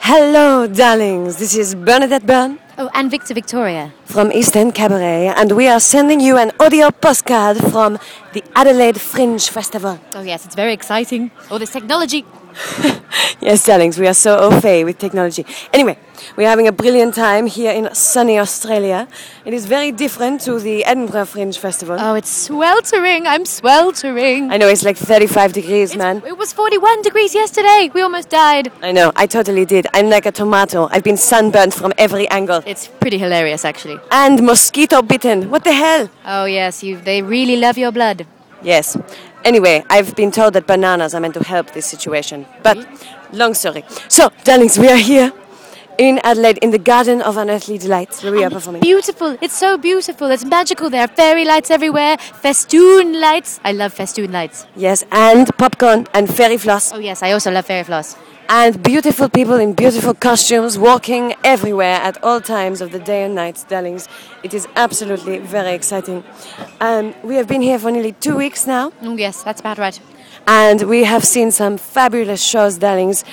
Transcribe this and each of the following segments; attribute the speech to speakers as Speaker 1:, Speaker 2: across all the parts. Speaker 1: Hello, darlings. This is Bernadette Byrne
Speaker 2: Oh, and Victor Victoria.
Speaker 1: from East End Cabaret, and we are sending you an audio postcard from the Adelaide Fringe Festival.
Speaker 2: Oh, yes, it's very exciting. All this technology.
Speaker 1: Yes, darlings, we are so au fait with technology. Anyway, we're having a brilliant time here in sunny Australia. It is very different to the Edinburgh Fringe Festival.
Speaker 2: Oh, it's sweltering. I'm sweltering.
Speaker 1: I know it's like 35 degrees, man.
Speaker 2: It was 41 degrees yesterday. We almost died.
Speaker 1: I know, I totally did. I'm like a tomato. I've been sunburned from every angle.
Speaker 2: It's pretty hilarious, actually.
Speaker 1: And mosquito bitten. What the hell?
Speaker 2: Oh, yes, you, they really love your blood.
Speaker 1: Yes. Anyway, I've been told that bananas are meant to help this situation. But long story. So, darlings, we are here in Adelaide in the Garden of Unearthly Delights where we are
Speaker 2: And it's
Speaker 1: performing.
Speaker 2: beautiful. It's so beautiful. It's magical. There are fairy lights everywhere, festoon lights. I love festoon lights.
Speaker 1: Yes, and popcorn and fairy floss
Speaker 2: Oh, yes, I also love fairy floss.
Speaker 1: and beautiful people in beautiful costumes walking everywhere at all times of the day and night, darlings. It is absolutely very exciting. Um, we have been here for nearly two weeks now.
Speaker 2: Oh, yes, that's about right.
Speaker 1: And we have seen some fabulous shows, darlings.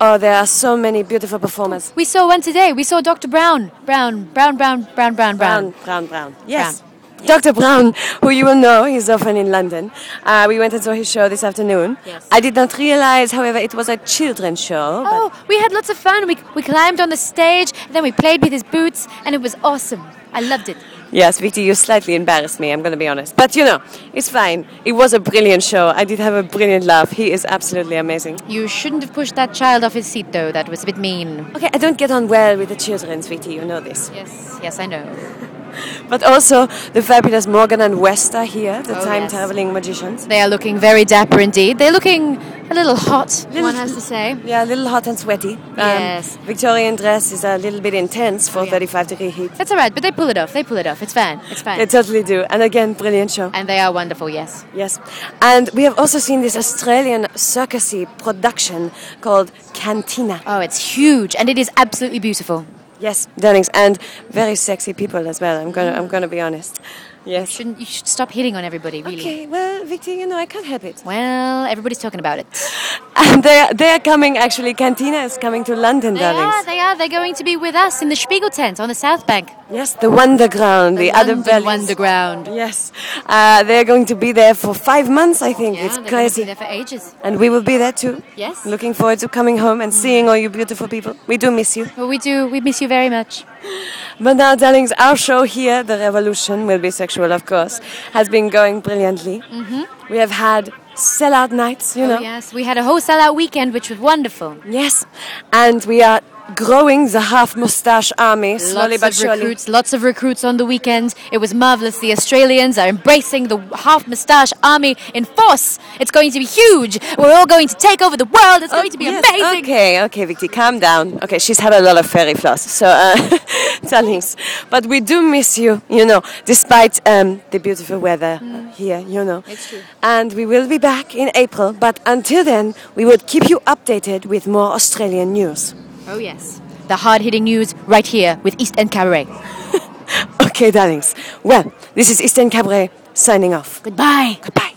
Speaker 1: Oh, there are so many beautiful performers.
Speaker 2: We saw one today. We saw Dr. Brown. Brown, Brown, Brown, Brown, Brown, Brown.
Speaker 1: Brown, Brown, Brown. Yes. Dr. Brown, who you will know, he's often in London. Uh, we went and saw his show this afternoon.
Speaker 2: Yes.
Speaker 1: I did not realize, however, it was a children's show. but-
Speaker 2: Oh, we had lots of fun. We, we climbed on the stage, and then we played with his boots, and it was awesome. I loved it.
Speaker 1: Yes, Vicky, you slightly embarrassed me, I'm going to be honest. But you know, it's fine. It was a brilliant show. I did have a brilliant laugh. He is absolutely amazing.
Speaker 2: You shouldn't have pushed that child off his seat, though. That was a bit mean.
Speaker 1: Okay, I don't get on well with the children, sweetie, you know this.
Speaker 2: Yes, yes, I know.
Speaker 1: But also, the fabulous Morgan and West are here, the
Speaker 2: Oh,
Speaker 1: time
Speaker 2: yes.
Speaker 1: traveling magicians.
Speaker 2: They are looking very dapper indeed. They're looking a little hot, one has to say.
Speaker 1: Yeah, a little hot and sweaty. Um,
Speaker 2: Yes.
Speaker 1: Victorian dress is a little bit intense for
Speaker 2: yeah.
Speaker 1: 35 degree heat.
Speaker 2: That's all right, but they pull it off. They pull it off. It's fine. It's fine.
Speaker 1: They totally do. And again, brilliant show.
Speaker 2: and they are wonderful, yes.
Speaker 1: Yes. And we have also seen this Australian circusy production called Cantina.
Speaker 2: Oh, it's huge, and it is absolutely beautiful.
Speaker 1: Yes, darlings, and very sexy people as well. I'm gonna, I'm gonna be honest. Yes.
Speaker 2: Shouldn't, you should stop hitting on everybody, really.
Speaker 1: Okay. Well, Victor, you know I can't help it.
Speaker 2: Well, everybody's talking about it.
Speaker 1: And they, are- they are coming. Actually, Cantina is coming to London,
Speaker 2: They
Speaker 1: darlings.
Speaker 2: are, they are. They're going to be with us in the Spiegel tent on the South Bank.
Speaker 1: Yes, the Wonderground, the, other
Speaker 2: London
Speaker 1: bellies.
Speaker 2: Wonderground.
Speaker 1: Yes, uh, they're going to be there for five months. I think it's
Speaker 2: they're gonna be
Speaker 1: crazy.
Speaker 2: there for ages.
Speaker 1: And we will be there too.
Speaker 2: Yes.
Speaker 1: Looking forward to coming home and seeing all you beautiful people. We do miss you.
Speaker 2: Well, we do. We miss you very much.
Speaker 1: But now, darlings, our show here, The Revolution, will be sexual, of course, has been going brilliantly. Mm-hmm. We have had sellout nights, you know.
Speaker 2: Oh, Yes, we had a whole sellout weekend, which was wonderful.
Speaker 1: Yes. And we are growing the half mustache army slowly
Speaker 2: lots
Speaker 1: but
Speaker 2: of
Speaker 1: surely.
Speaker 2: recruits. Lots of recruits on the weekend. It was marvelous. The Australians are embracing the half moustache army in force. It's going to be huge. We're all going to take over the world. It's going to be
Speaker 1: Oh, Yes,
Speaker 2: amazing.
Speaker 1: Okay, okay, Vicky, calm down. Okay, she's had a lot of fairy floss, so uh, darlings. But we do miss you, you know, despite um, the beautiful weather uh, here, you know.
Speaker 2: Mm. It's true.
Speaker 1: And we will be back in April, but until then, we will keep you updated with more Australian news.
Speaker 2: Oh yes, the hard-hitting news right here with East End Cabaret.
Speaker 1: Okay, darlings. Well, this is Eastern Cabaret signing off.
Speaker 2: Goodbye.
Speaker 1: Goodbye.